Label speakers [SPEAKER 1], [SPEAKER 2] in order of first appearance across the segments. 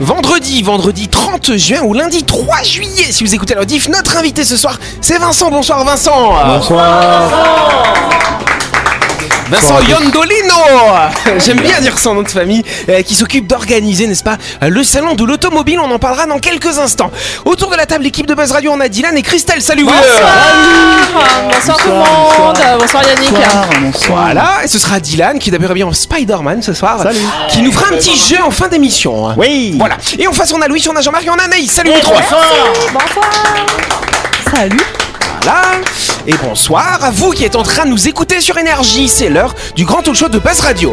[SPEAKER 1] vendredi, vendredi 30 juin ou lundi 3 juillet. Si vous écoutez la rediff, notre invité ce soir, c'est Vincent. Bonsoir Vincent.
[SPEAKER 2] Bonsoir.
[SPEAKER 1] Vincent Yondolino J'aime bien dire son nom de famille, euh, qui s'occupe d'organiser, n'est-ce pas, euh, le salon de l'automobile. On en parlera dans quelques instants. Autour de la table, l'équipe de Buzz Radio, on a Dylan et Christelle. Salut vous deux.
[SPEAKER 3] Bonsoir, Ah, bonsoir tout le monde, bonsoir, Yannick.
[SPEAKER 2] Bonsoir. Bonsoir.
[SPEAKER 1] Voilà, et ce sera Dylan qui d'abord bien en Spider-Man ce soir,
[SPEAKER 2] Salut.
[SPEAKER 1] qui nous fera un petit jeu en fin d'émission. hein.
[SPEAKER 2] Oui.
[SPEAKER 1] Voilà. Et en face, on a Louis, on a Jean-Marc et on a Anaïs. Salut les trois.
[SPEAKER 3] Salut.
[SPEAKER 1] Voilà. Et bonsoir à vous qui êtes en train de nous écouter sur Énergie. C'est l'heure du grand talk show de Buzz Radio.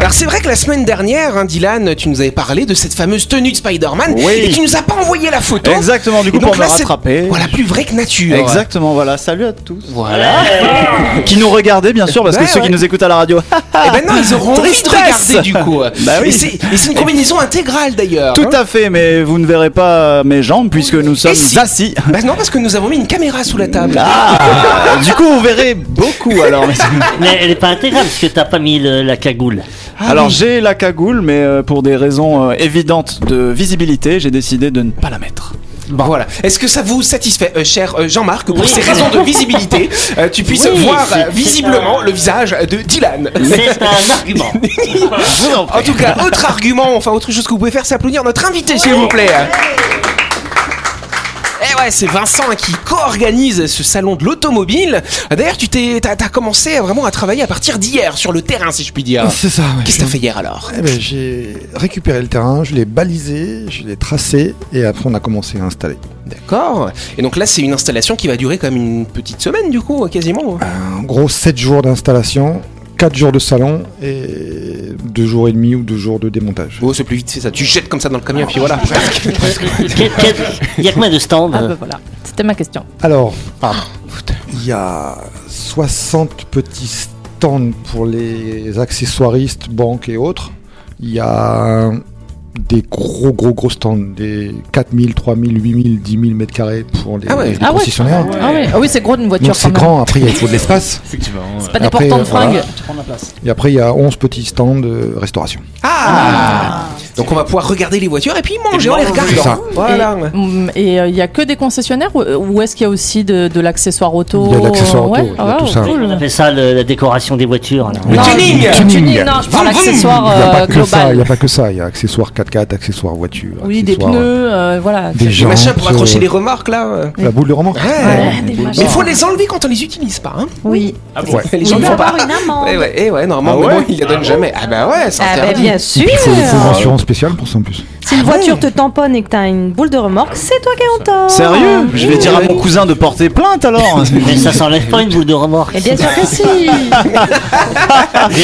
[SPEAKER 1] alors c'est vrai que la semaine dernière, hein, Dylan, tu nous avais parlé de cette fameuse tenue de Spider-Man
[SPEAKER 2] Oui.
[SPEAKER 1] et tu nous as pas envoyé la photo.
[SPEAKER 2] Exactement, du
[SPEAKER 1] Et
[SPEAKER 2] coup,
[SPEAKER 1] donc
[SPEAKER 2] pour me
[SPEAKER 1] là, c'est-
[SPEAKER 2] rattraper.
[SPEAKER 1] Voilà, plus vrai que nature.
[SPEAKER 2] Exactement, voilà. Salut à tous.
[SPEAKER 1] Voilà.
[SPEAKER 2] Qui nous regardaient, bien sûr, parce que
[SPEAKER 1] Ouais,
[SPEAKER 2] ceux
[SPEAKER 1] ouais.
[SPEAKER 2] qui nous écoutent à la radio.
[SPEAKER 1] Et ben non, ils auront envie de
[SPEAKER 2] Tristesse.
[SPEAKER 1] regarder du coup.
[SPEAKER 2] Bah oui.
[SPEAKER 1] Et c'est et c'est une combinaison intégrale d'ailleurs.
[SPEAKER 2] Tout
[SPEAKER 1] hein.
[SPEAKER 2] à fait, mais vous ne verrez pas mes jambes puisque nous sommes
[SPEAKER 1] si.
[SPEAKER 2] assis.
[SPEAKER 1] Bah non, parce que nous avons mis une caméra sous la table.
[SPEAKER 2] Ah, du coup, vous verrez beaucoup alors.
[SPEAKER 4] Mais elle est pas intégrale parce que t'as pas mis le- la cagoule.
[SPEAKER 1] Ah
[SPEAKER 2] alors,
[SPEAKER 1] oui.
[SPEAKER 2] j'ai la cagoule, mais euh, pour des raisons euh, évidentes de visibilité, j'ai décidé de ne pas la mettre.
[SPEAKER 1] Bon, voilà. Est-ce que ça vous satisfait, euh, cher euh, Jean-Marc, pour
[SPEAKER 4] Oui.
[SPEAKER 1] ces raisons de visibilité, euh, tu puisses
[SPEAKER 4] Oui,
[SPEAKER 1] voir
[SPEAKER 4] c'est-
[SPEAKER 1] euh,
[SPEAKER 4] c'est
[SPEAKER 1] visiblement
[SPEAKER 4] un-
[SPEAKER 1] le visage de Dylan
[SPEAKER 4] C'est un argument.
[SPEAKER 1] En tout cas, autre argument, enfin autre chose que vous pouvez faire, c'est applaudir notre invité, s'il vous plaît. Eh ouais, c'est Vincent qui co-organise ce salon de l'automobile. D'ailleurs, tu t'es, t'as, t'as commencé à vraiment à travailler à partir d'hier sur le terrain, si je puis dire.
[SPEAKER 5] C'est ça, ouais.
[SPEAKER 1] Qu'est-ce que t'as fait hier alors
[SPEAKER 5] Eh ben, J'ai récupéré le terrain, je l'ai balisé, je l'ai tracé et après on a commencé à installer.
[SPEAKER 1] D'accord. Et donc là, c'est une installation qui va durer comme une petite semaine, du coup, quasiment.
[SPEAKER 5] En gros, 7 jours d'installation, 4 jours de salon et 2 jours et demi ou 2 jours de démontage.
[SPEAKER 1] Oh, c'est plus vite, c'est ça. Tu jettes comme ça dans le camion, puis voilà.
[SPEAKER 4] Il y a combien de stands euh
[SPEAKER 3] Ah bah voilà, c'était ma question.
[SPEAKER 5] Alors, ah, il y a 60 petits stands pour les accessoiristes, banques et autres. Il y a des gros, gros, gros stands, des 4000, 3000, 8000, 10 000 mètres carrés pour les,
[SPEAKER 1] Ah ouais.
[SPEAKER 5] les
[SPEAKER 3] Ah ouais.
[SPEAKER 5] concessionnaires.
[SPEAKER 3] Ah oui, ah oui c'est gros une voiture
[SPEAKER 5] Donc c'est
[SPEAKER 3] quand même.
[SPEAKER 5] grand, après il y a- il faut de l'espace.
[SPEAKER 3] C'est pas des
[SPEAKER 5] Après,
[SPEAKER 3] portants de
[SPEAKER 5] euh,
[SPEAKER 3] fringues.
[SPEAKER 5] voilà. Et après, il y a 11 petits stands de restauration.
[SPEAKER 1] Ah Donc on va pouvoir regarder les voitures et puis manger en les
[SPEAKER 5] C'est ça.
[SPEAKER 1] regardant. Voilà.
[SPEAKER 3] Mm, Et euh, il y a que des concessionnaires ou, euh, ou est-ce qu'il y a aussi de, de l'accessoire auto
[SPEAKER 5] Il y a de l'accessoire auto,
[SPEAKER 3] Ouais,
[SPEAKER 5] il y a
[SPEAKER 3] ah,
[SPEAKER 5] tout
[SPEAKER 3] ouais,
[SPEAKER 5] ça.
[SPEAKER 3] cool.
[SPEAKER 4] On appelle ça le- la décoration des voitures. là.
[SPEAKER 1] Le
[SPEAKER 3] Non,
[SPEAKER 1] tuning.
[SPEAKER 3] le
[SPEAKER 5] Tuning.
[SPEAKER 3] non, je parle
[SPEAKER 1] Vroom, vroom.
[SPEAKER 3] accessoire
[SPEAKER 5] Il n'y a
[SPEAKER 3] euh,
[SPEAKER 5] pas que ça, il n'y
[SPEAKER 3] global.
[SPEAKER 5] a pas que ça. Il y a accessoires 4x4, accessoires voiture.
[SPEAKER 3] Oui, des
[SPEAKER 5] accessoires,
[SPEAKER 3] pneus, euh, voilà.
[SPEAKER 5] Des
[SPEAKER 1] Les
[SPEAKER 5] gens.
[SPEAKER 1] machins pour accrocher les remorques là.
[SPEAKER 5] euh, La boule de remorque
[SPEAKER 1] Ouais.
[SPEAKER 3] Des
[SPEAKER 4] Ah.
[SPEAKER 1] Mais
[SPEAKER 3] machins.
[SPEAKER 1] il faut les enlever quand on les utilise pas. Hein.
[SPEAKER 6] Oui.
[SPEAKER 5] Ouais.
[SPEAKER 1] Les gens
[SPEAKER 6] Il
[SPEAKER 1] ne
[SPEAKER 6] va
[SPEAKER 1] font pas.
[SPEAKER 6] avoir une amende.
[SPEAKER 1] Ouais, ouais, eh ouais, normalement,
[SPEAKER 2] Ah
[SPEAKER 1] mais
[SPEAKER 2] ouais
[SPEAKER 1] bon, ils la donnent jamais. Ah bah ouais, c'est
[SPEAKER 6] Ah bah,
[SPEAKER 1] interdit.
[SPEAKER 6] bien
[SPEAKER 5] Et
[SPEAKER 6] sûr.
[SPEAKER 5] puis, il faut, il faut une assurance spéciale pour ça en plus.
[SPEAKER 6] Si une
[SPEAKER 1] Ah ouais.
[SPEAKER 6] voiture te tamponne et que t'as une boule de remorque, c'est toi qui as en tort.
[SPEAKER 2] Sérieux Je vais dire à mon cousin de porter plainte alors.
[SPEAKER 4] Mais ça s'enlève pas une boule de remorque.
[SPEAKER 6] Et bien sûr que si.
[SPEAKER 4] Mais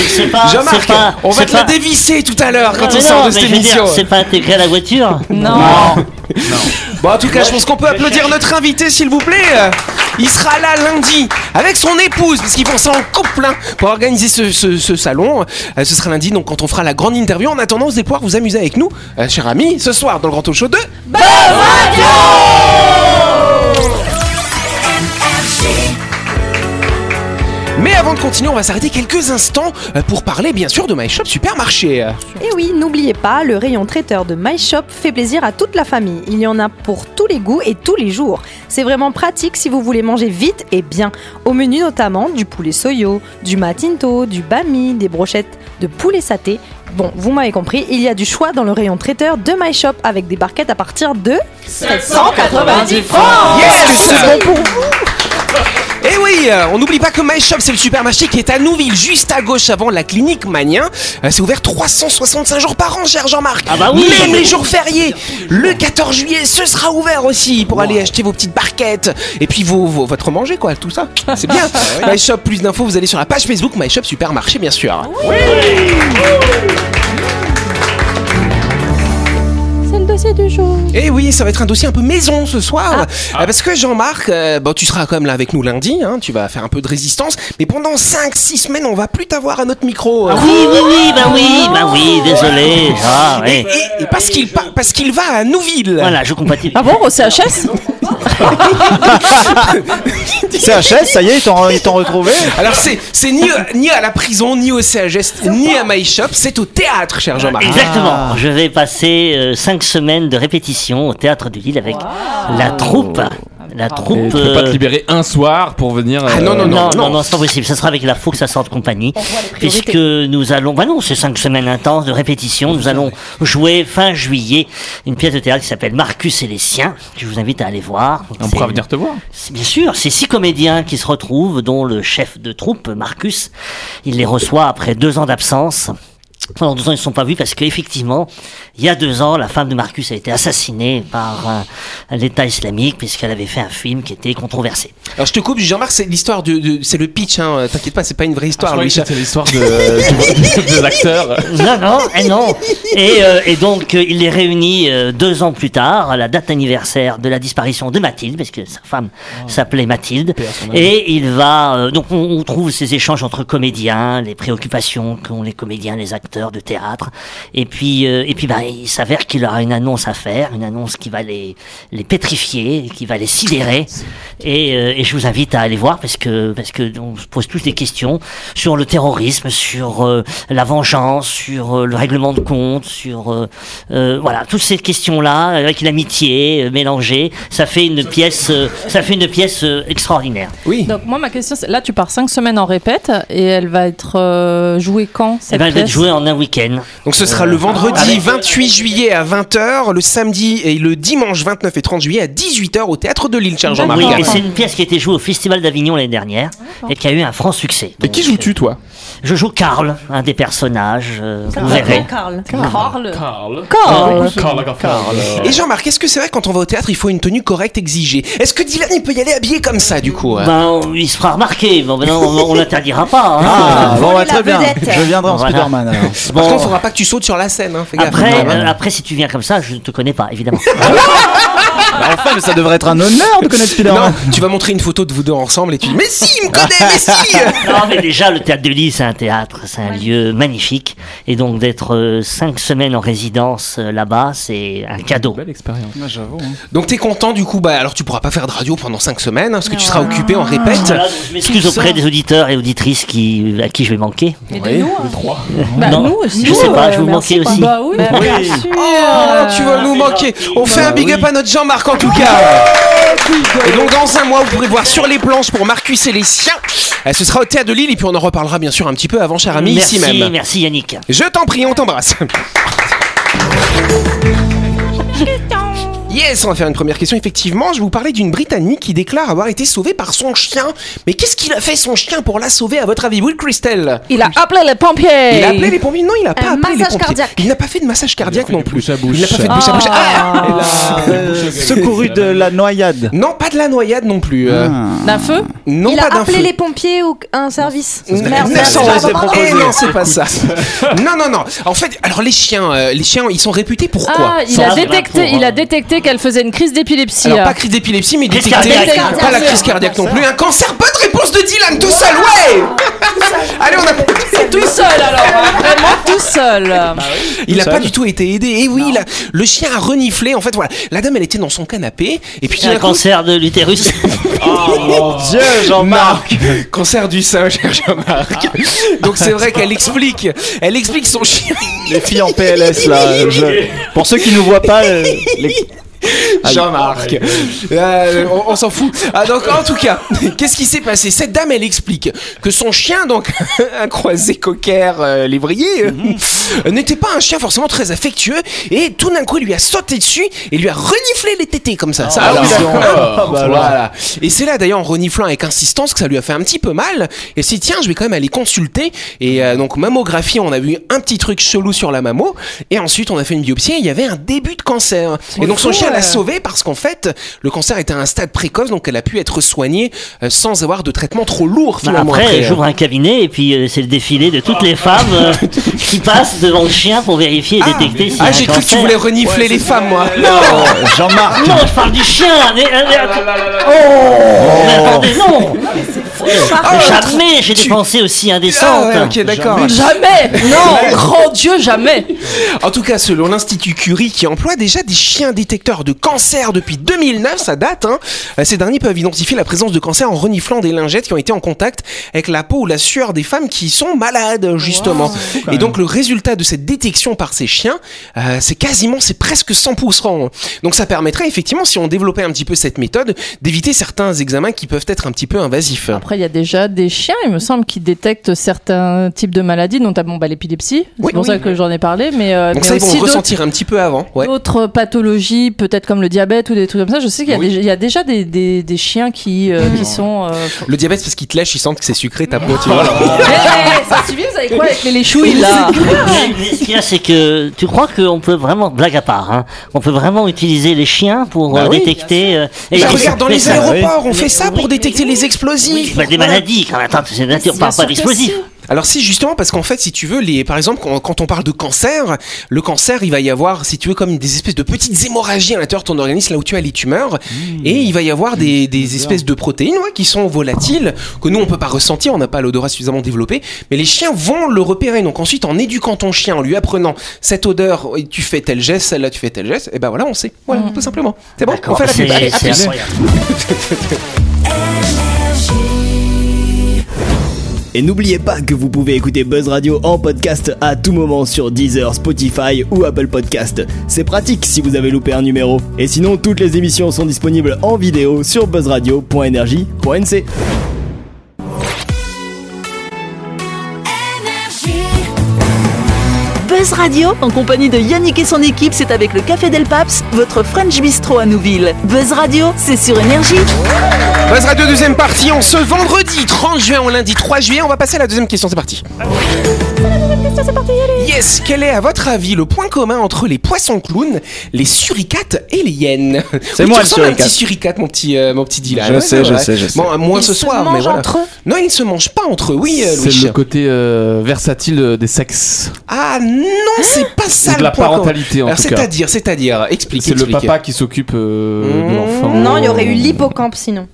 [SPEAKER 4] C'est pas.
[SPEAKER 1] Jean-Marc,
[SPEAKER 4] c'est pas-
[SPEAKER 1] on va
[SPEAKER 4] c'est
[SPEAKER 1] te la
[SPEAKER 4] pas-
[SPEAKER 1] dévisser tout à l'heure quand
[SPEAKER 4] Non,
[SPEAKER 1] on
[SPEAKER 4] mais
[SPEAKER 1] sort
[SPEAKER 4] non,
[SPEAKER 1] de
[SPEAKER 4] mais
[SPEAKER 1] cette
[SPEAKER 4] je veux dire,
[SPEAKER 1] émission.
[SPEAKER 4] C'est pas intégré à la voiture.
[SPEAKER 3] Non,
[SPEAKER 1] Bon, en tout cas, je pense qu'on peut applaudir notre invité, s'il vous plaît. Euh, Il sera là lundi avec son épouse, parce qu'ils font ça en couple hein, pour organiser ce, ce- ce salon. Euh, ce sera lundi, donc quand on fera la grande interview. En attendant, vous allez pouvoir vous amuser avec nous, euh, chers amis, ce soir dans le Grand Talk Show 2. Mais avant de continuer, on va s'arrêter quelques instants euh, pour parler, bien sûr, de My Shop Supermarché.
[SPEAKER 6] Et oui, n'oubliez pas, le rayon traiteur de MyShop fait plaisir à toute la famille. Il y en a pour tous les goûts et tous les jours. C'est vraiment pratique si vous voulez manger vite et bien. Au menu notamment du poulet soyo, du matinto, du bami, des brochettes de poulet saté. Bon, vous m'avez compris, il y a du choix dans le rayon traiteur de MyShop avec des barquettes à partir de 790 francs.
[SPEAKER 1] Yes Et oui, euh, on n'oublie pas que My Shop, c'est le supermarché qui est à Nouville, juste à gauche avant la clinique Magnien. Euh, C'est ouvert 365 jours par an, cher Jean-Marc.
[SPEAKER 4] Ah bah oui.
[SPEAKER 1] Même les jours fériés. Le 14 juillet, ce sera ouvert aussi pour aller acheter vos petites barquettes et puis vos, vos- votre manger, quoi, tout ça. C'est bien.
[SPEAKER 4] Ah
[SPEAKER 1] My Shop, plus d'infos, vous allez sur la page Facebook My Shop Supermarché, bien sûr.
[SPEAKER 6] C'est le dossier du jour.
[SPEAKER 1] Eh oui, ça va être un dossier un peu maison ce
[SPEAKER 4] Ah.
[SPEAKER 1] soir. Euh, Parce que Jean-Marc, euh, bon, tu seras quand même là avec nous lundi, hein, tu vas faire un peu de résistance, mais pendant 5-6 semaines, on va plus t'avoir à notre micro. euh.
[SPEAKER 4] Ah Oui, oui, oui, bah oui, bah oui, désolé. Ah,
[SPEAKER 1] Et,
[SPEAKER 4] ouais.
[SPEAKER 1] et- et parce qu'il par- parce qu'il va à Nouville.
[SPEAKER 4] Voilà, je compatis.
[SPEAKER 3] Ah bon, au CHS
[SPEAKER 2] CHS, ça y est, ils t'ont ils t'ont retrouvé.
[SPEAKER 1] Alors c'est c'est ni
[SPEAKER 4] Ah.
[SPEAKER 1] ni à la prison, ni au CHS, ni à My Shop, c'est au théâtre, cher
[SPEAKER 4] Ah,
[SPEAKER 1] Jean-Marc.
[SPEAKER 4] Exactement. Je vais passer euh, cinq semaines de répétition au théâtre du Lille avec la troupe. La
[SPEAKER 7] Et
[SPEAKER 4] troupe.
[SPEAKER 7] tu peux pas te
[SPEAKER 4] euh,
[SPEAKER 7] libérer un soir pour venir.
[SPEAKER 1] Ah, non,
[SPEAKER 4] non,
[SPEAKER 7] euh,
[SPEAKER 4] non,
[SPEAKER 1] non.
[SPEAKER 4] non, c'est pas possible. Ça sera avec la Fox, ça sort de compagnie. Puisque nous allons, bah non, c'est cinq semaines intenses de répétition. Nous allons jouer fin juillet une pièce de théâtre qui s'appelle Marcus et les siens, que je vous invite à aller voir.
[SPEAKER 7] On
[SPEAKER 4] C'est-
[SPEAKER 7] pourra venir te voir. Ah,
[SPEAKER 4] c'est- Bien sûr, c'est six comédiens qui se retrouvent, dont le chef de troupe, Marcus. Il les reçoit après deux ans d'absence. Pendant deux ans, ils ne se sont pas vus parce qu'effectivement, il y a deux ans, la femme de Marcus a été assassinée par euh, l'État islamique puisqu'elle avait fait un film qui était controversé.
[SPEAKER 1] Alors je te coupe, Jean-Marc, c'est l'histoire du, du- c'est le pitch, hein, euh, t'inquiète pas, c'est pas une vraie
[SPEAKER 4] Ah,
[SPEAKER 1] histoire. Louis.
[SPEAKER 7] c'est l'histoire de, des acteurs.
[SPEAKER 4] Non, non, et non. Et, euh, et donc, euh, il les réunit euh, deux ans plus tard, à la date anniversaire de la disparition de Mathilde, parce que sa femme s'appelait Mathilde. Et il va. euh, donc, on, on trouve ces échanges entre comédiens, les préoccupations qu'ont les comédiens, les acteurs de théâtre. Et puis, euh, et puis bah, il s'avère qu'il aura une annonce à faire, une annonce qui va les, les pétrifier, qui va les sidérer. Et, euh, et je vous invite à aller voir parce que parce que on se pose tous des questions sur le terrorisme, sur euh, la vengeance, sur euh, le règlement de compte, sur euh, euh, voilà toutes ces questions là avec l'amitié euh, mélangée. Ça fait une pièce euh, ça fait une pièce euh, extraordinaire.
[SPEAKER 1] Oui.
[SPEAKER 3] Donc moi ma question c'est, là tu pars 5 semaines en répète et elle va être euh, jouée quand cette
[SPEAKER 4] Eh ben, Elle va être
[SPEAKER 3] pièce
[SPEAKER 4] jouée en un week-end.
[SPEAKER 1] Donc ce sera le vendredi 28 juillet à 20h, le samedi et le dimanche 29 et 30 juillet à 18h au théâtre de Lille, cher Jean-Marc.
[SPEAKER 4] Oui,
[SPEAKER 3] Marc.
[SPEAKER 4] et c'est une pièce qui a été jouée au Festival d'Avignon l'année dernière et qui a eu un franc succès.
[SPEAKER 7] Et qui
[SPEAKER 4] Donc,
[SPEAKER 7] joues-tu, toi
[SPEAKER 4] Je joue Karl, un des personnages. euh, vous verrez.
[SPEAKER 6] Carl.
[SPEAKER 3] Parle.
[SPEAKER 7] Carl. Ah,
[SPEAKER 3] Carl.
[SPEAKER 7] Carl.
[SPEAKER 1] Et Jean-Marc, est-ce que c'est vrai quand on va au théâtre, il faut une tenue correcte exigée Est-ce que Dylan il peut y aller habillé comme ça du coup hein
[SPEAKER 4] Ben, on- il se fera remarquer. Bon, ben non, on, on l'interdira pas. hein.
[SPEAKER 2] Ah, bon, bah,
[SPEAKER 6] la
[SPEAKER 2] très bien.
[SPEAKER 6] vedette.
[SPEAKER 2] Je viendrai en
[SPEAKER 4] Voilà.
[SPEAKER 2] Spider-Man. alors.
[SPEAKER 1] Par
[SPEAKER 4] Bon,
[SPEAKER 1] contre, faudra pas que tu sautes sur la scène. Hein, fais gaffe.
[SPEAKER 4] oh. après, euh, après, si tu viens comme ça, je ne te connais pas, évidemment.
[SPEAKER 2] Bah, enfin, mais ça devrait être un honneur de connaître
[SPEAKER 4] euh,
[SPEAKER 1] Non,
[SPEAKER 2] Spider-Man.
[SPEAKER 1] tu vas montrer une photo de vous deux ensemble et tu dis Mais si, il me connaît, mais si
[SPEAKER 4] non, mais déjà, le théâtre de Lille, c'est un théâtre, c'est un lieu magnifique. Et donc, d'être euh, cinq semaines en résidence euh, là-bas, c'est un cadeau.
[SPEAKER 7] Belle expérience.
[SPEAKER 2] Ah, J'avoue. hein.
[SPEAKER 1] Donc t'es content du coup, bah alors tu pourras pas faire de radio pendant 5 semaines hein, parce que tu seras occupé en répète.
[SPEAKER 4] Voilà, donc je m'excuse auprès des auditeurs et auditrices qui, à qui je vais manquer.
[SPEAKER 3] Et de nous, hein. Bah,
[SPEAKER 4] Non,
[SPEAKER 3] nous aussi.
[SPEAKER 4] je sais pas, je vous manquais aussi.
[SPEAKER 3] Bah oui.
[SPEAKER 1] Oh, tu vas nous manquer. On
[SPEAKER 7] Bah
[SPEAKER 1] fait un big up à notre Jean-Marc en tout cas. Et donc dans un mois, vous pourrez voir sur les planches pour Marcus et les siens. Euh, Ce sera au théâtre de Lille et puis on en reparlera bien sûr un petit peu avant, cher ami,
[SPEAKER 4] merci,
[SPEAKER 1] ici même.
[SPEAKER 4] merci Yannick.
[SPEAKER 1] Je t'en prie, on t'embrasse. Yes, on va faire une première question. Effectivement, je vous parlais d'une Britannique qui déclare avoir été sauvée par son chien. Mais qu'est-ce qu'il a fait son chien pour la sauver, à votre avis, Will Christelle
[SPEAKER 3] Il a appelé les pompiers.
[SPEAKER 1] Il a appelé les pompiers Non, il n'a pas
[SPEAKER 6] Un
[SPEAKER 1] appelé les
[SPEAKER 6] massage
[SPEAKER 1] pompiers.
[SPEAKER 6] cardiaque.
[SPEAKER 1] Il n'a pas fait de massage cardiaque Ah,
[SPEAKER 7] fait
[SPEAKER 1] non
[SPEAKER 7] du
[SPEAKER 1] plus.
[SPEAKER 7] bouche à bouche.
[SPEAKER 1] Il n'a pas fait de bouche à bouche. Ah
[SPEAKER 2] Elle a euh, secouru de la noyade.
[SPEAKER 1] non, pas de la noyade non plus. euh,
[SPEAKER 2] Ah.
[SPEAKER 3] D'un feu
[SPEAKER 1] Non,
[SPEAKER 6] Il
[SPEAKER 1] pas
[SPEAKER 6] a
[SPEAKER 1] d'un
[SPEAKER 6] appelé
[SPEAKER 1] feu.
[SPEAKER 6] les pompiers ou un service.
[SPEAKER 1] N-
[SPEAKER 6] Merde,
[SPEAKER 1] non,
[SPEAKER 6] merde,
[SPEAKER 1] non,
[SPEAKER 6] merde.
[SPEAKER 1] eh non, c'est pas ça. non, non, non. En fait, alors les chiens, euh, les chiens, ils sont réputés pourquoi
[SPEAKER 3] Ah, il
[SPEAKER 4] Ça,
[SPEAKER 3] a
[SPEAKER 4] c'est
[SPEAKER 3] détecté,
[SPEAKER 4] là pour,
[SPEAKER 3] il
[SPEAKER 4] euh,
[SPEAKER 3] a détecté qu'elle faisait une crise d'épilepsie.
[SPEAKER 1] Alors,
[SPEAKER 3] hein.
[SPEAKER 1] pas crise d'épilepsie, mais
[SPEAKER 4] Crise
[SPEAKER 1] détecter
[SPEAKER 4] cardiaque.
[SPEAKER 1] pas
[SPEAKER 6] euh. Cardiaque.
[SPEAKER 1] la crise cardiaque non plus. Un cancer, bonne réponse de Dylan, tout seul, ouais Allez, on a.
[SPEAKER 3] Tout seul alors, hein, vraiment tout seul.
[SPEAKER 1] Il n'a
[SPEAKER 7] Tout
[SPEAKER 1] pas
[SPEAKER 7] seul.
[SPEAKER 1] du tout été aidé. Et oui, il a- le chien a reniflé. En fait, voilà. La dame, elle était dans son canapé. Et puis, tout
[SPEAKER 4] Un
[SPEAKER 1] d'un coup-
[SPEAKER 4] cancer de l'utérus.
[SPEAKER 2] Dieu, Jean-Marc.
[SPEAKER 1] Cancer du sein, cher Jean-Marc. Donc, c'est vrai qu'elle explique. Elle explique son chien.
[SPEAKER 2] Les filles en PLS là. je- Pour ceux qui nous voient pas, euh, les- Aïe.
[SPEAKER 1] Jean-Marc. Euh, on on s'en fout. Ah, donc, en tout cas, qu'est-ce qui s'est passé Cette dame, elle explique que son chien, donc un croisé cocker euh, lévrier, euh, n'était pas un chien forcément très affectueux. Et tout d'un coup, il lui a sauté dessus et lui a reniflé les tétés comme ça. ça alors,
[SPEAKER 2] Ah, bah, alors.
[SPEAKER 1] voilà. Et c'est là d'ailleurs en reniflant avec insistance que ça lui a fait un petit peu mal. Et si tiens, je vais quand même aller consulter. Et euh, donc mammographie, on a vu un petit truc chelou sur la mammo. Et ensuite, on a fait une biopsie. Et il y avait un début de cancer. Et donc son chien on l'a sauvée parce qu'en fait, le cancer était à un stade précoce, donc elle a pu être soignée euh, sans avoir de traitement trop lourd
[SPEAKER 4] Bah,
[SPEAKER 1] finalement.
[SPEAKER 4] après,
[SPEAKER 1] après, euh,
[SPEAKER 4] j'ouvre un cabinet et puis euh, c'est le défilé de toutes les femmes euh, qui passent devant le chien pour vérifier et détecter si
[SPEAKER 1] ah, j'ai cru que tu voulais renifler les femmes, moi. Non
[SPEAKER 2] Oh, Jean-Marc
[SPEAKER 4] Non, je parle du chien. Mais, mais-
[SPEAKER 1] Ah,
[SPEAKER 4] Oh Mais
[SPEAKER 1] Oh.
[SPEAKER 4] attendez, non. Jamais j'ai des pensées aussi
[SPEAKER 1] Ah
[SPEAKER 4] indécentes.
[SPEAKER 1] ouais, ok, d'accord.
[SPEAKER 8] Jamais
[SPEAKER 3] Bah
[SPEAKER 8] Non Grand Dieu, jamais
[SPEAKER 1] En tout cas, selon l'Institut Curie, qui emploie déjà des chiens détecteurs de cancer depuis 2009, ça date, hein, euh, ces derniers peuvent identifier la présence de cancer en reniflant des lingettes qui ont été en contact avec la peau ou la sueur des femmes qui sont malades, justement. Et donc, le résultat de cette détection par ces chiens, euh, c'est quasiment, c'est presque 100%. hein. Donc, ça permettrait, effectivement, si on développait un petit peu cette méthode, d'éviter certains examens qui peuvent être un petit peu invasifs.
[SPEAKER 3] Après, il y a déjà des chiens, il me semble, qui détectent certains types de maladies, notamment bah, l'épilepsie. C'est
[SPEAKER 1] Oui,
[SPEAKER 3] pour
[SPEAKER 1] oui.
[SPEAKER 3] ça que j'en ai parlé. Mais, euh,
[SPEAKER 1] Donc,
[SPEAKER 3] mais
[SPEAKER 1] ça, ils vont
[SPEAKER 3] aussi
[SPEAKER 1] le
[SPEAKER 3] d'autres-
[SPEAKER 1] ressentir un petit peu avant. Ouais.
[SPEAKER 3] d'autres pathologies, peut-être comme le diabète ou des trucs comme ça. Je sais qu'il y a,
[SPEAKER 1] Oui.
[SPEAKER 3] des- il y a déjà des, des- des chiens qui, euh, qui sont. euh, faut-
[SPEAKER 1] Le diabète, c'est parce qu'ils te lèchent, ils sentent que c'est sucré ta peau, tu vois.
[SPEAKER 3] Eh, ça suffit, vous savez quoi avec les léchouilles là
[SPEAKER 4] Mais- mais ce qu'il y a, c'est que tu crois qu'on peut vraiment, blague à part, hein, on peut vraiment utiliser les chiens pour
[SPEAKER 1] Bah
[SPEAKER 4] euh,
[SPEAKER 1] oui,
[SPEAKER 4] détecter. euh, et-
[SPEAKER 1] Bah,
[SPEAKER 4] et-
[SPEAKER 1] regarde, dans
[SPEAKER 4] mais
[SPEAKER 1] les
[SPEAKER 4] ça-
[SPEAKER 1] aéroports, on
[SPEAKER 4] oui.
[SPEAKER 1] fait ça pour détecter les explosifs.
[SPEAKER 4] Bah, des
[SPEAKER 1] Voilà.
[SPEAKER 4] maladies, quand même. Attends, c'est nature, on
[SPEAKER 3] Bien
[SPEAKER 4] parle
[SPEAKER 3] sûr
[SPEAKER 4] pas
[SPEAKER 3] que
[SPEAKER 4] d'explosifs.
[SPEAKER 1] Alors si justement parce qu'en fait si tu veux les par exemple quand, quand on parle de cancer, le cancer il va y avoir si tu veux comme des espèces de petites hémorragies à l'intérieur de ton organisme là où tu as les tumeurs
[SPEAKER 4] Mmh.
[SPEAKER 1] et il va y avoir des, des espèces de protéines ouais, qui sont volatiles que nous on peut pas ressentir, on n'a pas l'odorat suffisamment développé, mais les chiens vont le repérer. Donc ensuite en éduquant ton chien, en lui apprenant cette odeur, et tu fais tel geste, celle-là tu fais tel geste, et ben voilà on sait, voilà tout simplement. C'est bon, on
[SPEAKER 4] D'accord,
[SPEAKER 1] fait la
[SPEAKER 4] c'est
[SPEAKER 1] pub. Allez, à
[SPEAKER 4] c'est
[SPEAKER 1] plus.
[SPEAKER 4] incroyable.
[SPEAKER 9] Et n'oubliez pas que vous pouvez écouter Buzz Radio en podcast à tout moment sur Deezer, Spotify ou Apple Podcast. C'est pratique si vous avez loupé un numéro. Et sinon, toutes les émissions sont disponibles en vidéo sur buzzradio.energie.nc.
[SPEAKER 10] Buzz Radio, en compagnie de Yannick et son équipe, c'est avec le Café Del Paps, votre French Bistro à Nouville. Buzz Radio, c'est sur Énergie.
[SPEAKER 1] Buzz Radio deuxième partie, on se vendredi 30 juin au lundi 3 juillet, on va passer à la deuxième question, c'est parti. Yes, quel est à votre avis le point commun entre les poissons clowns, les suricates et les hyènes
[SPEAKER 2] C'est
[SPEAKER 1] Oui, tu ressembles
[SPEAKER 2] moi, le
[SPEAKER 1] à un
[SPEAKER 2] suricate.
[SPEAKER 1] petit suricate, mon petit, euh, mon petit Dylan.
[SPEAKER 2] Je
[SPEAKER 1] Ouais,
[SPEAKER 2] sais,
[SPEAKER 1] ouais,
[SPEAKER 2] je
[SPEAKER 1] ouais.
[SPEAKER 2] sais, je sais.
[SPEAKER 1] Bon, euh, moins
[SPEAKER 3] Ils
[SPEAKER 1] ce
[SPEAKER 3] se
[SPEAKER 1] soir, mais
[SPEAKER 3] mangent
[SPEAKER 1] voilà.
[SPEAKER 3] entre eux.
[SPEAKER 1] Non, ils ne se mangent pas entre eux, oui, euh,
[SPEAKER 7] C'est
[SPEAKER 1] Louis.
[SPEAKER 7] le côté euh, versatile des sexes.
[SPEAKER 1] Ah non, c'est pas ça
[SPEAKER 7] Ou Mmh. de
[SPEAKER 1] le
[SPEAKER 7] la
[SPEAKER 1] point commun.
[SPEAKER 7] parentalité, en
[SPEAKER 1] Alors,
[SPEAKER 7] tout cas.
[SPEAKER 1] c'est-à-dire, c'est-à-dire, explique,
[SPEAKER 7] C'est le
[SPEAKER 1] explique.
[SPEAKER 7] papa qui s'occupe euh,
[SPEAKER 1] Mmh.
[SPEAKER 7] de l'enfant.
[SPEAKER 6] Non, il y aurait eu l'hippocampe sinon.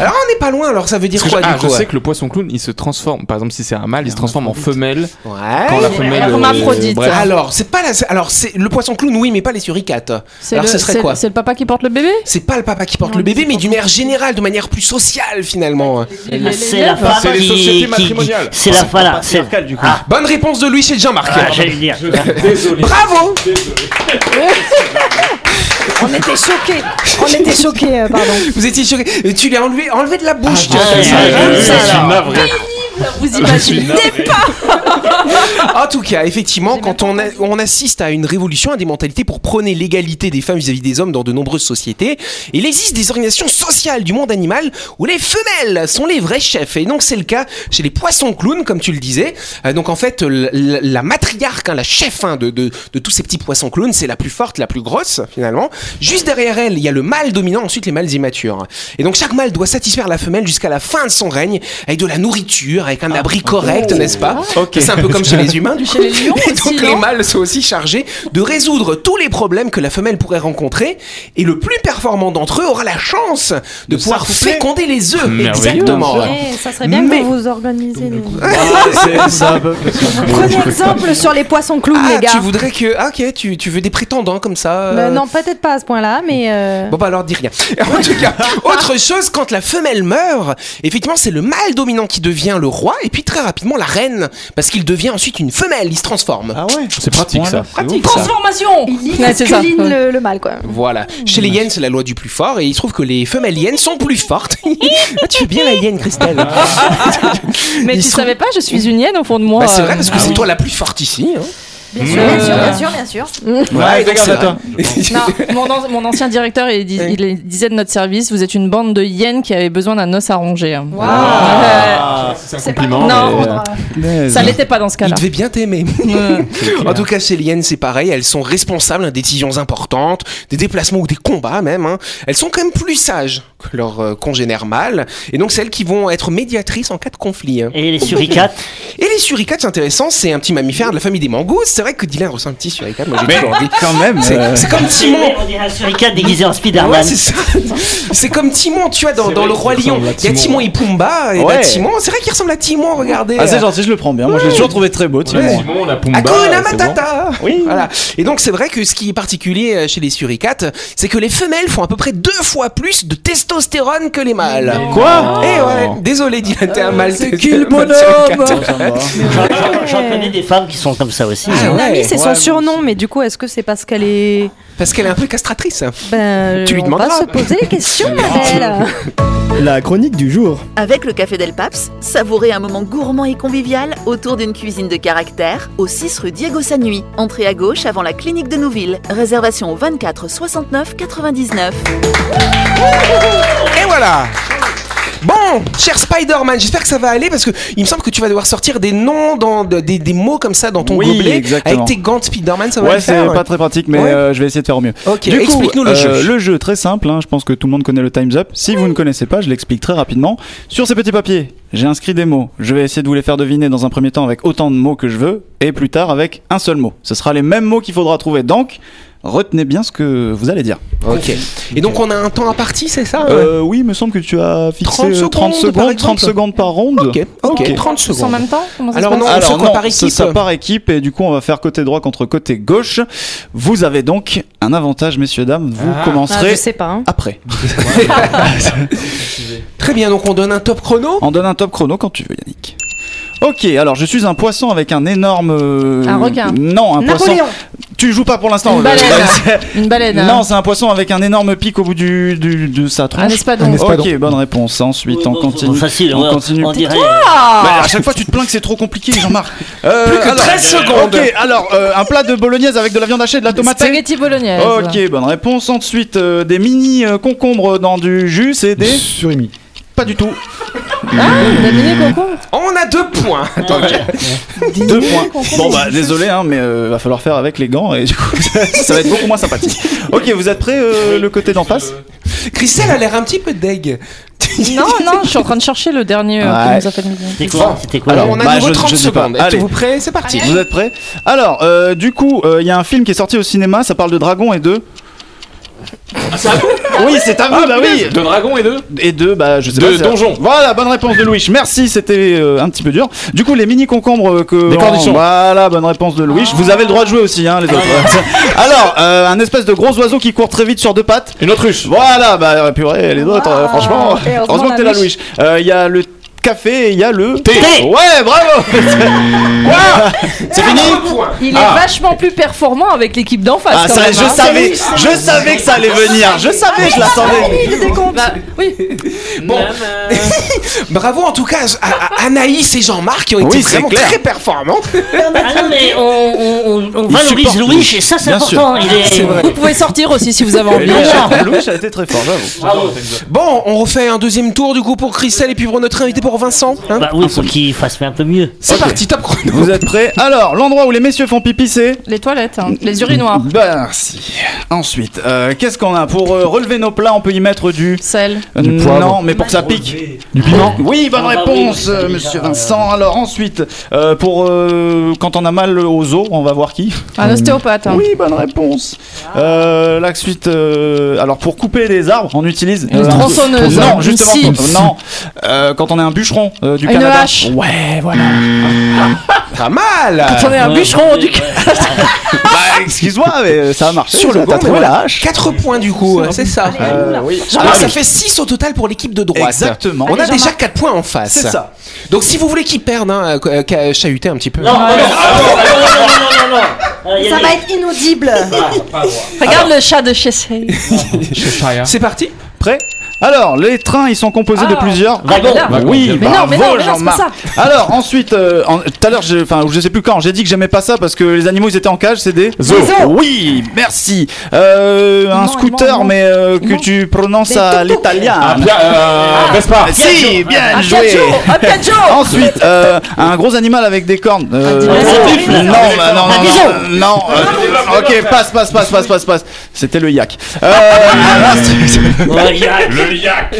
[SPEAKER 1] Alors, on n'est pas loin, alors ça veut dire
[SPEAKER 7] Parce que
[SPEAKER 1] quoi,
[SPEAKER 7] je, ah,
[SPEAKER 1] du coup hein?
[SPEAKER 7] je sais que le poisson clown il se transforme, par exemple si c'est un mâle, il
[SPEAKER 1] Ah,
[SPEAKER 7] se transforme en femelle
[SPEAKER 1] Ouais.
[SPEAKER 7] quand la femelle. euh,
[SPEAKER 3] Hermaphrodite.
[SPEAKER 7] bref.
[SPEAKER 1] Alors, c'est pas la... Alors, c'est le poisson clown, oui, mais pas les suricates.
[SPEAKER 3] C'est
[SPEAKER 1] Alors,
[SPEAKER 3] le-
[SPEAKER 1] ce serait
[SPEAKER 3] c'est-
[SPEAKER 1] quoi
[SPEAKER 3] C'est le papa qui porte le bébé
[SPEAKER 1] C'est pas le papa qui porte
[SPEAKER 3] Non,
[SPEAKER 1] le bébé,
[SPEAKER 3] c'est
[SPEAKER 1] mais
[SPEAKER 3] pas
[SPEAKER 1] d'une manière générale, de manière plus sociale finalement. hein.
[SPEAKER 4] C'est la femme
[SPEAKER 7] C'est les
[SPEAKER 4] qui-
[SPEAKER 7] sociétés
[SPEAKER 4] qui-
[SPEAKER 7] matrimoniales.
[SPEAKER 4] C'est la voilà. C'est
[SPEAKER 9] du
[SPEAKER 4] Ah,
[SPEAKER 1] Bonne réponse de Louis chez Jean-Marc.
[SPEAKER 4] ah, j'allais le dire.
[SPEAKER 1] Bravo
[SPEAKER 6] On était choqués. On était choqués, euh, pardon.
[SPEAKER 1] Vous étiez choqué. Euh, Tu l'as enlevé, enlevé de la bouche. tu vois.
[SPEAKER 4] ouais,
[SPEAKER 1] Ça,
[SPEAKER 4] ouais,
[SPEAKER 1] j'aime
[SPEAKER 4] ouais,
[SPEAKER 1] ça,
[SPEAKER 4] ouais,
[SPEAKER 1] alors.
[SPEAKER 3] Vous
[SPEAKER 1] Ah,
[SPEAKER 3] imaginez
[SPEAKER 1] En tout cas, effectivement, quand on, a- on assiste à une révolution, à des mentalités pour prôner l'égalité des femmes vis-à-vis des hommes dans de nombreuses sociétés, il existe des organisations sociales du monde animal où les femelles sont les vrais chefs. Et donc c'est le cas chez les poissons clowns, comme tu le disais. Euh, donc en fait, l- l- la matriarche, hein, la chef hein, de, de- de tous ces petits poissons clowns, c'est la plus forte, la plus grosse finalement. Juste derrière elle, il y a le mâle dominant, ensuite les mâles immatures. Et donc chaque mâle doit satisfaire la femelle jusqu'à la fin de son règne, avec de la nourriture, avec un abri correct, n'est-ce pas C'est un peu comme chez les humains du coup.
[SPEAKER 3] Chez les lions
[SPEAKER 1] Et donc
[SPEAKER 3] aussi,
[SPEAKER 1] les
[SPEAKER 3] non
[SPEAKER 1] mâles sont aussi chargés de résoudre tous les problèmes que la femelle pourrait rencontrer et le plus performant d'entre eux aura la chance de, pouvoir féconder les œufs.
[SPEAKER 7] Merveilleux.
[SPEAKER 1] Exactement.
[SPEAKER 6] Eh, ça serait bien que
[SPEAKER 1] Mais-
[SPEAKER 6] vous vous organisiez. nous.
[SPEAKER 2] C'est ça, un peu.
[SPEAKER 6] Prenez exemple sur les poissons clowns,
[SPEAKER 1] Ah,
[SPEAKER 6] les gars.
[SPEAKER 1] tu voudrais que. Ah, ok, tu, tu veux des prétendants comme ça euh,
[SPEAKER 6] Bah, non, peut-être pas à ce point-là, mais. euh,
[SPEAKER 1] Bon bah alors dis rien. En tout cas, autre chose, quand la femelle meurt, effectivement c'est le mâle dominant qui devient le roi et puis très rapidement la reine parce qu'il devient ensuite une femelle, il se transforme.
[SPEAKER 2] Ah ouais
[SPEAKER 7] C'est pratique ça.
[SPEAKER 1] Pratique ça.
[SPEAKER 8] Transformation
[SPEAKER 6] Il
[SPEAKER 3] Ouais, c'est ça.
[SPEAKER 6] masculine le, le mal, quoi.
[SPEAKER 1] Voilà. Chez les hyènes, c'est la loi du plus fort et il se trouve que les femelles hyènes sont plus fortes. Ah, tu fais bien la hyène, Christelle.
[SPEAKER 3] Mais
[SPEAKER 2] Ah,
[SPEAKER 1] Ils
[SPEAKER 3] tu
[SPEAKER 1] sont-
[SPEAKER 3] savais pas, je suis une hyène au fond de moi.
[SPEAKER 1] Bah, c'est vrai
[SPEAKER 3] euh.
[SPEAKER 2] ah
[SPEAKER 1] parce que c'est toi la plus forte ici. hein.
[SPEAKER 6] Bien sûr, bien sûr, bien sûr, bien sûr.
[SPEAKER 2] Ouais, fais gaffe à toi.
[SPEAKER 3] Non, mon, an- mon ancien directeur, il, dis- il disait de notre service, vous êtes une bande de hyènes qui avait besoin d'un os à ronger. hein.
[SPEAKER 7] C'est un
[SPEAKER 6] C'est pas
[SPEAKER 7] compliment.
[SPEAKER 3] Non.
[SPEAKER 7] mais, euh,
[SPEAKER 3] Ça l'était pas dans ce
[SPEAKER 1] Ah. Il
[SPEAKER 3] cas-là.
[SPEAKER 1] devait bien t'aimer. en tout cas, chez Lien, c'est pareil. Elles sont responsables hein, des décisions importantes, des déplacements ou des combats même. hein. Elles sont quand même plus sages que leurs euh, congénères mâles. Et donc, celles qui vont être médiatrices en cas de conflit. hein.
[SPEAKER 4] Et les suricates
[SPEAKER 1] Et les suricates, c'est intéressant. C'est un petit mammifère de la famille des mangoustes. C'est vrai que Dylan ressemble à un petit suricate. Moi, j'ai
[SPEAKER 2] Mais
[SPEAKER 1] toujours dit.
[SPEAKER 2] quand même. euh,
[SPEAKER 1] C'est c'est comme Timon.
[SPEAKER 4] On dirait un suricate déguisé en
[SPEAKER 1] Ouais,
[SPEAKER 4] Spider-Man.
[SPEAKER 1] c'est ça. C'est comme Timon, tu vois, dans, dans le Roi Lion. Il y a Timon et Pumba. Et bah,
[SPEAKER 2] Ouais.
[SPEAKER 1] Timon, c'est vrai qu'il ressemble à Timon, regardez. euh.
[SPEAKER 2] Ah, c'est gentil, je le prends bien. Moi, je l'ai toujours trouvé très beau, Timon.
[SPEAKER 7] Simon, la Pumba, euh,
[SPEAKER 1] Hakuna
[SPEAKER 7] c'est bon.
[SPEAKER 1] Ah, Matata
[SPEAKER 2] Oui.
[SPEAKER 1] Voilà. Et donc c'est vrai que ce qui est particulier euh, chez les suricates, c'est que les femelles font à peu près deux fois plus de testostérone que les mâles.
[SPEAKER 2] Quoi
[SPEAKER 1] Eh ouais, désolé Dylan,
[SPEAKER 2] Euh,
[SPEAKER 1] t'es un mâle.
[SPEAKER 8] c'est
[SPEAKER 1] t'es-
[SPEAKER 8] qui
[SPEAKER 1] t'es
[SPEAKER 8] le
[SPEAKER 1] un mâle
[SPEAKER 8] bonhomme
[SPEAKER 1] suricate.
[SPEAKER 4] J'en- J'en j'en connais des femmes qui sont comme ça aussi.
[SPEAKER 1] Ah
[SPEAKER 6] Mon
[SPEAKER 1] ouais.
[SPEAKER 6] amie, c'est
[SPEAKER 2] Ouais,
[SPEAKER 6] son surnom, mais du coup, est-ce que c'est parce qu'elle est.
[SPEAKER 1] Parce qu'elle est un peu castratrice.
[SPEAKER 6] Ben,
[SPEAKER 1] Tu lui
[SPEAKER 6] on
[SPEAKER 1] demanderas.
[SPEAKER 6] va se poser des questions, ma belle.
[SPEAKER 9] La chronique du jour.
[SPEAKER 10] Avec le Café Del Paps, savourez un moment gourmand et convivial autour d'une cuisine de caractère au 6 rue Diego Sanui. Entrée à gauche avant la clinique de Nouville. Réservation au 24 69 99.
[SPEAKER 1] Et voilà Bon, cher Spider-Man, j'espère que ça va aller parce que il me semble que tu vas devoir sortir des noms, dans, de- des, des mots comme ça dans ton
[SPEAKER 2] Oui,
[SPEAKER 1] gobelet.
[SPEAKER 2] exactement.
[SPEAKER 1] Avec tes gants de Spider-Man, ça va
[SPEAKER 2] Ouais,
[SPEAKER 1] le
[SPEAKER 2] c'est
[SPEAKER 1] faire.
[SPEAKER 2] pas très pratique, mais
[SPEAKER 1] Ouais.
[SPEAKER 2] euh, je vais essayer de faire au mieux.
[SPEAKER 1] Ok,
[SPEAKER 2] Du coup,
[SPEAKER 1] explique-nous le
[SPEAKER 2] euh,
[SPEAKER 1] jeu.
[SPEAKER 2] Le jeu très simple, hein, je pense que tout le monde connaît le Time's Up. Si vous ne connaissez pas, je l'explique très rapidement. Sur ces petits papiers, j'ai inscrit des mots. Je vais essayer de vous les faire deviner dans un premier temps avec autant de mots que je veux, et plus tard avec un seul mot. Ce sera les mêmes mots qu'il faudra trouver, donc retenez bien ce que vous allez dire.
[SPEAKER 1] Ok. Et donc on a un temps à partie, c'est ça
[SPEAKER 2] Euh, oui, il me semble que tu as fixé
[SPEAKER 1] 30
[SPEAKER 2] euh,
[SPEAKER 1] secondes,
[SPEAKER 2] 30 secondes,
[SPEAKER 1] par
[SPEAKER 2] 30
[SPEAKER 1] exemple.
[SPEAKER 2] secondes par ronde.
[SPEAKER 1] Ok, ok,
[SPEAKER 2] Ok.
[SPEAKER 1] 30
[SPEAKER 3] Tous en
[SPEAKER 1] secondes.
[SPEAKER 3] même temps Comment ça
[SPEAKER 1] Alors
[SPEAKER 3] se
[SPEAKER 1] non,
[SPEAKER 3] passe
[SPEAKER 1] on se
[SPEAKER 2] Alors
[SPEAKER 1] compte
[SPEAKER 2] non,
[SPEAKER 1] par
[SPEAKER 2] ça,
[SPEAKER 1] équipe.
[SPEAKER 2] ça par équipe et du coup on va faire côté droit contre côté gauche. Vous avez donc un avantage messieurs dames, vous
[SPEAKER 6] Ah,
[SPEAKER 2] commencerez
[SPEAKER 6] je sais pas. hein.
[SPEAKER 2] après.
[SPEAKER 1] Très bien, donc on donne un top chrono.
[SPEAKER 2] On donne un top chrono quand tu veux Yannick. Ok, alors je suis un poisson avec un énorme... euh,
[SPEAKER 3] Un requin.
[SPEAKER 2] Non, un
[SPEAKER 6] Napoléon.
[SPEAKER 2] poisson... Tu joues pas pour l'instant.
[SPEAKER 3] Une
[SPEAKER 2] là.
[SPEAKER 3] baleine. Une baleine. hein.
[SPEAKER 2] non, c'est un poisson avec un énorme pic au bout du, du- de sa
[SPEAKER 3] Un
[SPEAKER 2] tronche.
[SPEAKER 3] espadon.
[SPEAKER 5] Un espadon.
[SPEAKER 2] Ok, bonne réponse. Ensuite, on
[SPEAKER 4] Bon,
[SPEAKER 2] continue.
[SPEAKER 4] Facile,
[SPEAKER 2] on
[SPEAKER 4] on,
[SPEAKER 2] continue.
[SPEAKER 4] on dirait.
[SPEAKER 2] Bah, à chaque fois, tu te plains que c'est trop compliqué, Jean-Marc. Euh,
[SPEAKER 1] Plus que
[SPEAKER 2] alors,
[SPEAKER 1] 13 secondes.
[SPEAKER 2] Ok, alors, euh, un plat de bolognaise avec de la viande hachée et de la tomate.
[SPEAKER 3] Spaghetti bolognaise.
[SPEAKER 2] Ok, bonne réponse. Ensuite, euh, des mini euh, concombres dans du jus et des.
[SPEAKER 5] Surimi.
[SPEAKER 2] Pas du tout.
[SPEAKER 3] T'as mini concours
[SPEAKER 1] On a deux points. Attends, ok.
[SPEAKER 2] Deux points. Bon, bah, désolé, hein, mais euh, va falloir faire avec les gants et du coup, ça va être beaucoup moins sympathique. Ok, vous êtes prêts, euh, le côté d'en face
[SPEAKER 1] Christelle a l'air un petit peu deg.
[SPEAKER 3] Non, non, je suis en train de chercher le dernier euh,
[SPEAKER 2] Ouais.
[SPEAKER 3] qui nous a fait le milieu.
[SPEAKER 4] C'était quoi C'était quoi
[SPEAKER 2] Alors,
[SPEAKER 1] on a
[SPEAKER 2] bah,
[SPEAKER 1] à nouveau
[SPEAKER 2] je-
[SPEAKER 1] 30
[SPEAKER 2] je sais pas.
[SPEAKER 1] secondes.
[SPEAKER 2] Allez.
[SPEAKER 1] Êtes-vous prêts C'est parti.
[SPEAKER 2] Vous êtes prêts Alors, euh, du coup, euh, il y a un film qui est sorti au cinéma, ça parle de dragon et de. Oui, Ah, c'est à vous, bah oui
[SPEAKER 7] De dragon et de.
[SPEAKER 2] Et de, bah, je sais
[SPEAKER 7] De
[SPEAKER 2] pas. c'est-
[SPEAKER 7] donjon.
[SPEAKER 2] Voilà, bonne réponse de Louis. Merci, c'était euh, un petit peu dur. Du coup, les mini concombres euh, que.
[SPEAKER 7] Des cornichons.
[SPEAKER 2] Voilà, bonne réponse de Louis. Vous avez le droit de jouer aussi, hein, les autres. Alors, euh, un espèce de gros oiseau qui court très vite sur deux pattes.
[SPEAKER 7] Ah, Une autruche.
[SPEAKER 2] Voilà, bah, purée, les autres, euh, franchement.
[SPEAKER 6] Et heureusement,
[SPEAKER 2] Heureusement que t'es là,
[SPEAKER 6] la
[SPEAKER 2] Louis.
[SPEAKER 6] Louis.
[SPEAKER 2] Euh, Il y a le café et il y a le.
[SPEAKER 7] Thé.
[SPEAKER 2] Ouais, bravo Quoi C'est fini
[SPEAKER 3] Il
[SPEAKER 2] Ah.
[SPEAKER 3] est vachement plus performant avec l'équipe d'en face.
[SPEAKER 2] Ah,
[SPEAKER 3] quand
[SPEAKER 2] ça,
[SPEAKER 3] même,
[SPEAKER 2] je
[SPEAKER 3] hein.
[SPEAKER 2] savais, je savais que ça allait venir. Je savais, je l'attendais.
[SPEAKER 3] Bah, oui.
[SPEAKER 1] Bon. Bravo en tout cas à, à Anaïs et Jean-Marc qui ont été
[SPEAKER 2] Oui, c'est
[SPEAKER 1] vraiment
[SPEAKER 2] clair.
[SPEAKER 1] très performants.
[SPEAKER 4] Ah non, mais on, on, on- on valorise
[SPEAKER 2] supporte
[SPEAKER 4] Louis, et ça, c'est
[SPEAKER 2] Bien
[SPEAKER 4] important. Il est.
[SPEAKER 3] Vous pouvez sortir aussi si vous avez envie.
[SPEAKER 2] Louis a été très fort, j'avoue.
[SPEAKER 1] Bon, on refait un deuxième tour du coup pour Christelle et puis pour notre invité pour Vincent. hein.
[SPEAKER 4] Bah oui, faut qu'il fasse un peu mieux.
[SPEAKER 1] c'est parti, top chrono.
[SPEAKER 2] Vous êtes prêts Alors, l'endroit où les messieurs font pipi, c'est
[SPEAKER 3] Les toilettes, hein. les urinoirs,
[SPEAKER 2] Bah, merci. Ensuite, euh, qu'est-ce qu'on a Pour euh, relever nos plats, on peut y mettre Euh, du.
[SPEAKER 3] sel,
[SPEAKER 5] Du poivre.
[SPEAKER 2] Non, mais pour que ça pique. Du piment Oui, bonne réponse, euh, monsieur Vincent. Alors, ensuite, euh, pour. euh, quand on a mal aux os, on va voir qui
[SPEAKER 3] un ostéopathe. hein.
[SPEAKER 2] Oui, bonne réponse. Euh, la suite. euh, alors, pour couper des arbres, on utilise.
[SPEAKER 3] Une
[SPEAKER 2] euh,
[SPEAKER 3] tronçonneuse.
[SPEAKER 2] Non,
[SPEAKER 3] Une
[SPEAKER 2] justement.
[SPEAKER 3] scie.
[SPEAKER 2] quand- Non. Euh, quand on est un bûcheron euh, du
[SPEAKER 3] Une
[SPEAKER 2] Canada.
[SPEAKER 3] hache.
[SPEAKER 2] Ouais, voilà.
[SPEAKER 1] Pas mal.
[SPEAKER 3] Quand on est un bûcheron du
[SPEAKER 2] Bah, excuse-moi, mais euh, ça a marché.
[SPEAKER 1] Sur le
[SPEAKER 2] t'as
[SPEAKER 1] gant,
[SPEAKER 2] trouvé
[SPEAKER 1] mais
[SPEAKER 2] la
[SPEAKER 1] voilà.
[SPEAKER 2] hache.
[SPEAKER 1] 4 points du coup, c'est ça.
[SPEAKER 2] Euh, oui.
[SPEAKER 1] Alors ça fait 6 au total pour l'équipe de droite.
[SPEAKER 2] Exactement.
[SPEAKER 1] On a déjà 4 points en face.
[SPEAKER 2] C'est ça.
[SPEAKER 1] Donc si vous voulez qu'ils perdent, hein, euh, qu'à chahuter un petit peu.
[SPEAKER 4] Non, non, non, non, non, non, non, non, non. Euh, il y a
[SPEAKER 6] Ça
[SPEAKER 4] des-
[SPEAKER 6] va être inaudible.
[SPEAKER 3] Regarde le chat de chez Sey.
[SPEAKER 2] Ah.
[SPEAKER 7] Je sais pas, hein.
[SPEAKER 1] C'est parti
[SPEAKER 2] Prêt Alors, les trains, ils sont composés de plusieurs
[SPEAKER 4] Wagon.
[SPEAKER 8] Wagon.
[SPEAKER 2] Oui,
[SPEAKER 8] Mais non, mais non,
[SPEAKER 2] bravo
[SPEAKER 8] mais non, c'est
[SPEAKER 2] Jean-Marc. Alors ensuite, euh, en- tout à l'heure, j'ai- enfin, je sais plus quand, j'ai dit que j'aimais pas ça parce que les animaux ils étaient en cage, c'est des
[SPEAKER 7] Zoos.
[SPEAKER 2] Oui, merci. Euh, un
[SPEAKER 3] Non,
[SPEAKER 2] scooter,
[SPEAKER 3] non,
[SPEAKER 2] mais euh, que tu prononces
[SPEAKER 3] Des
[SPEAKER 2] à
[SPEAKER 3] tuk-tuk.
[SPEAKER 2] l'italien.
[SPEAKER 7] Ah, bien, euh, Vespa.
[SPEAKER 2] Si, bien
[SPEAKER 8] Un
[SPEAKER 2] joué.
[SPEAKER 8] Piaggio Un Piaggio
[SPEAKER 2] Ensuite, euh, un gros animal avec des cornes. Euh,
[SPEAKER 3] Un
[SPEAKER 2] non,
[SPEAKER 4] dinosautre.
[SPEAKER 2] non, bah, non,
[SPEAKER 4] Un
[SPEAKER 2] non, non, non, euh, ok, passe, passe, passe, passe, passe, passe. C'était le yak. Euh, un instru-
[SPEAKER 4] Ouais, il y a
[SPEAKER 7] Le yak.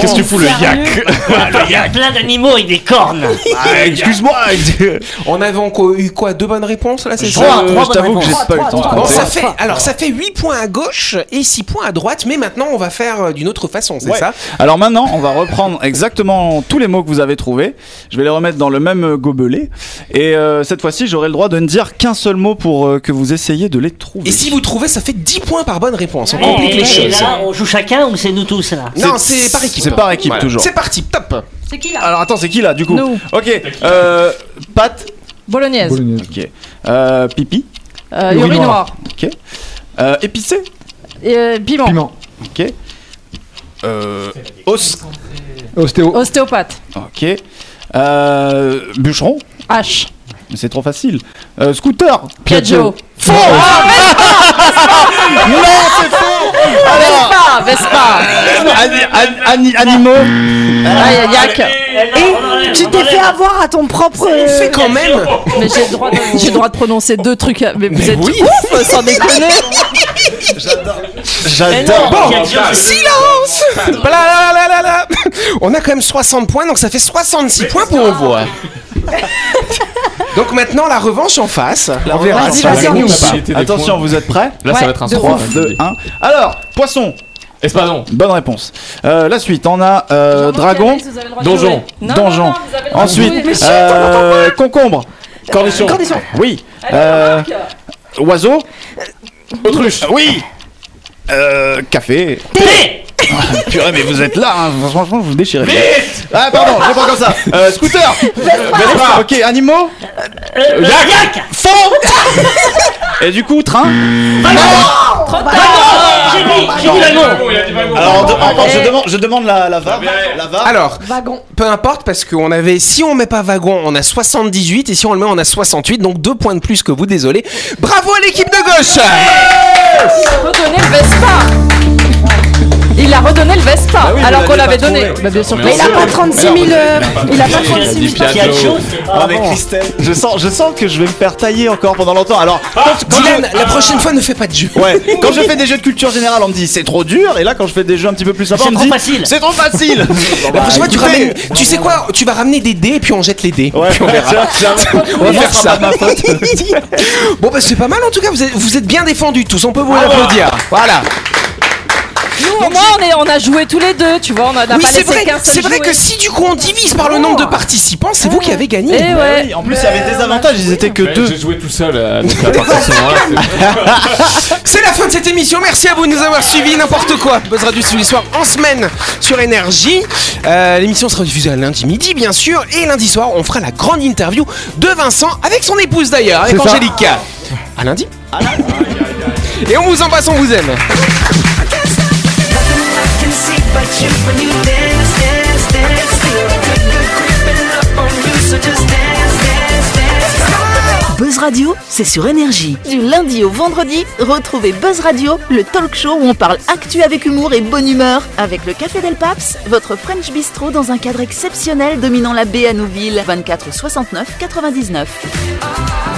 [SPEAKER 7] Qu'est-ce que tu fous, le yak Ah, Le yak.
[SPEAKER 4] plein d'animaux avec des cornes.
[SPEAKER 2] Ah, Excuse-moi.
[SPEAKER 1] On avait encore eu quoi Deux bonnes réponses là, c'est
[SPEAKER 2] Je,
[SPEAKER 1] ça
[SPEAKER 4] Trois, trois
[SPEAKER 2] je t'avoue
[SPEAKER 4] bonnes
[SPEAKER 2] que j'ai
[SPEAKER 4] réponses.
[SPEAKER 2] pas eu le temps de
[SPEAKER 1] Bon,
[SPEAKER 2] compter.
[SPEAKER 1] ça fait, alors ça fait 8 points à gauche et 6 points à droite, mais maintenant on va faire euh, d'une autre façon, c'est
[SPEAKER 2] Ouais.
[SPEAKER 1] ça
[SPEAKER 2] Alors maintenant, on va reprendre exactement tous les mots que vous avez trouvés. Je vais les remettre dans le même euh, gobelet. Et euh, cette fois-ci, j'aurai le droit de ne dire qu'un seul mot pour euh, que vous essayiez de les trouver.
[SPEAKER 1] Et si vous trouvez, ça fait 10 points par bonne réponse. On
[SPEAKER 4] Et-
[SPEAKER 1] complique
[SPEAKER 4] et
[SPEAKER 1] les choses.
[SPEAKER 4] Eh, là, on joue chacun ou c'est nous tous là
[SPEAKER 1] Non, c'est par équipe.
[SPEAKER 2] C'est par équipe,
[SPEAKER 1] Voilà.
[SPEAKER 2] toujours.
[SPEAKER 1] C'est parti, top
[SPEAKER 6] C'est qui là
[SPEAKER 2] Alors attends, c'est qui là, du coup
[SPEAKER 3] Nous.
[SPEAKER 2] Ok, euh, pâte,
[SPEAKER 3] Bolognaise.
[SPEAKER 5] bolognaise.
[SPEAKER 2] ok. Euh, pipi,
[SPEAKER 3] Euh,
[SPEAKER 5] Urinoir.
[SPEAKER 3] urinoir.
[SPEAKER 2] ok. Euh, épicé,
[SPEAKER 3] Euh, piment.
[SPEAKER 5] Piment.
[SPEAKER 2] ok. Euh, os,
[SPEAKER 5] euh, Ostéo.
[SPEAKER 3] Ostéopathe.
[SPEAKER 2] ok. Euh, bûcheron,
[SPEAKER 3] H.
[SPEAKER 2] mais c'est trop facile. Euh, scooter,
[SPEAKER 3] Piaggio.
[SPEAKER 2] Faux Non, c'est faux Alors,
[SPEAKER 3] Ah, Vespa. Vespa.
[SPEAKER 2] ani- ani- ani- animaux
[SPEAKER 3] Ah, y a Yak.
[SPEAKER 4] Eh, Oh,
[SPEAKER 6] Et tu t'es fait avoir à ton propre.
[SPEAKER 1] On fait quand même
[SPEAKER 3] Mais j'ai le droit de, j'ai le droit de prononcer deux trucs. à- Mais vous êtes ouf, sans déconner.
[SPEAKER 2] J'adore
[SPEAKER 1] Bon, silence Blalalala. On a quand même 60 points, donc ça fait 66 points pour Envoi. donc maintenant, la revanche en face.
[SPEAKER 2] La verra.
[SPEAKER 6] Vas-y, vas-y, on
[SPEAKER 2] Attention, vous êtes prêts
[SPEAKER 7] Là, ça va être un
[SPEAKER 3] de
[SPEAKER 7] 3.
[SPEAKER 2] 3, 2, 1. Alors, poisson
[SPEAKER 7] Espadon.
[SPEAKER 2] Bonne réponse. Euh, la suite, on a euh, dragon,
[SPEAKER 7] Donjon.
[SPEAKER 2] donjon. Ensuite, euh, concombre.
[SPEAKER 7] Cornichon.
[SPEAKER 6] Condition.
[SPEAKER 2] Oui. Euh, oiseau. Autruche. euh, Oui. Euh, café. Purée, mais vous êtes là, hein. franchement, vous vous déchirez. Ah, pardon, j'ai pas comme ça. Euh, scooter. Vespa. Ok, animaux.
[SPEAKER 4] Euh, Yak
[SPEAKER 2] Fond. Et du coup, train.
[SPEAKER 4] J'ai dit, j'ai dit wagon.
[SPEAKER 2] Alors, de- en-
[SPEAKER 4] Euh,
[SPEAKER 2] en- je demande, je demande la, la VAR. La VAR.
[SPEAKER 1] Alors, peu importe parce qu'on avait, si on met pas wagon, on a 78 et si on le met, on a 68, donc deux points de plus que vous, désolé. Bravo à l'équipe de gauche
[SPEAKER 3] Redonner le Vespa. Il a redonné le Vespa
[SPEAKER 2] oui,
[SPEAKER 3] alors
[SPEAKER 2] vous
[SPEAKER 3] qu'on l'avait
[SPEAKER 2] l'avez pas
[SPEAKER 3] donné.
[SPEAKER 2] trouvé.
[SPEAKER 3] Bah, bien sûr que
[SPEAKER 6] Mais il a
[SPEAKER 3] oui.
[SPEAKER 6] pas 36 000. euh, Il a pas 36 000.
[SPEAKER 4] Il y a autre chose, c'est pas
[SPEAKER 2] Ah, mais Christelle, je sens, je sens que je vais me faire tailler encore pendant longtemps. Alors, quand- quand
[SPEAKER 1] Dylan,
[SPEAKER 2] je-
[SPEAKER 1] la prochaine fois, ne fais pas de jeu.
[SPEAKER 2] Ouais, quand je fais des jeux de culture générale, on me dit c'est trop dur, et là quand je fais des jeux un petit peu plus sympas,
[SPEAKER 4] C'est
[SPEAKER 2] on me
[SPEAKER 4] trop
[SPEAKER 2] dit
[SPEAKER 4] facile.
[SPEAKER 2] c'est trop facile.
[SPEAKER 1] La prochaine fois, tu
[SPEAKER 2] Bah, Écoutez.
[SPEAKER 1] ramènes. Tu sais quoi Tu vas ramener des dés et puis on jette les dés.
[SPEAKER 2] Ouais, on verra.
[SPEAKER 1] On va faire ça. bon, bah, c'est pas mal en tout cas. Vous êtes, vous êtes bien défendus tous. On peut vous applaudir. Voilà.
[SPEAKER 3] Nous, au moins, on, est- on a joué tous les deux, tu vois. On n'a
[SPEAKER 1] oui,
[SPEAKER 3] pas
[SPEAKER 1] c'est
[SPEAKER 3] laissé
[SPEAKER 1] vrai.
[SPEAKER 3] qu'un seul
[SPEAKER 1] C'est vrai
[SPEAKER 3] jouer. Oh.
[SPEAKER 1] que si Bah du coup on divise par le nombre de participants, c'est vous qui avez
[SPEAKER 3] Eh
[SPEAKER 1] gagné.
[SPEAKER 3] ouais.
[SPEAKER 2] En plus, il y avait des avantages, ils étaient que
[SPEAKER 7] Mais
[SPEAKER 2] deux.
[SPEAKER 7] J'ai joué tout seul euh, donc à partir de ce moment-là. c'est-
[SPEAKER 1] C'est la fin de cette émission. Merci à vous de nous avoir suivis. N'importe quoi. Buzz Radio tous les soirs en semaine sur Énergie. Euh, L'émission sera diffusée à lundi midi, bien sûr. Et lundi soir, on fera la grande interview de Vincent avec son épouse d'ailleurs, avec
[SPEAKER 5] C'est ça.
[SPEAKER 1] Angélique. À lundi. Et on vous embrasse, on vous aime.
[SPEAKER 10] Buzz Radio, c'est sur énergie.
[SPEAKER 6] Du lundi au vendredi,
[SPEAKER 10] Retrouvez Buzz Radio, le talk show où on parle actu avec humour et bonne humeur. Avec le Café Del Paps, votre French Bistro dans un cadre exceptionnel dominant la baie à Nouville. 24 69 99.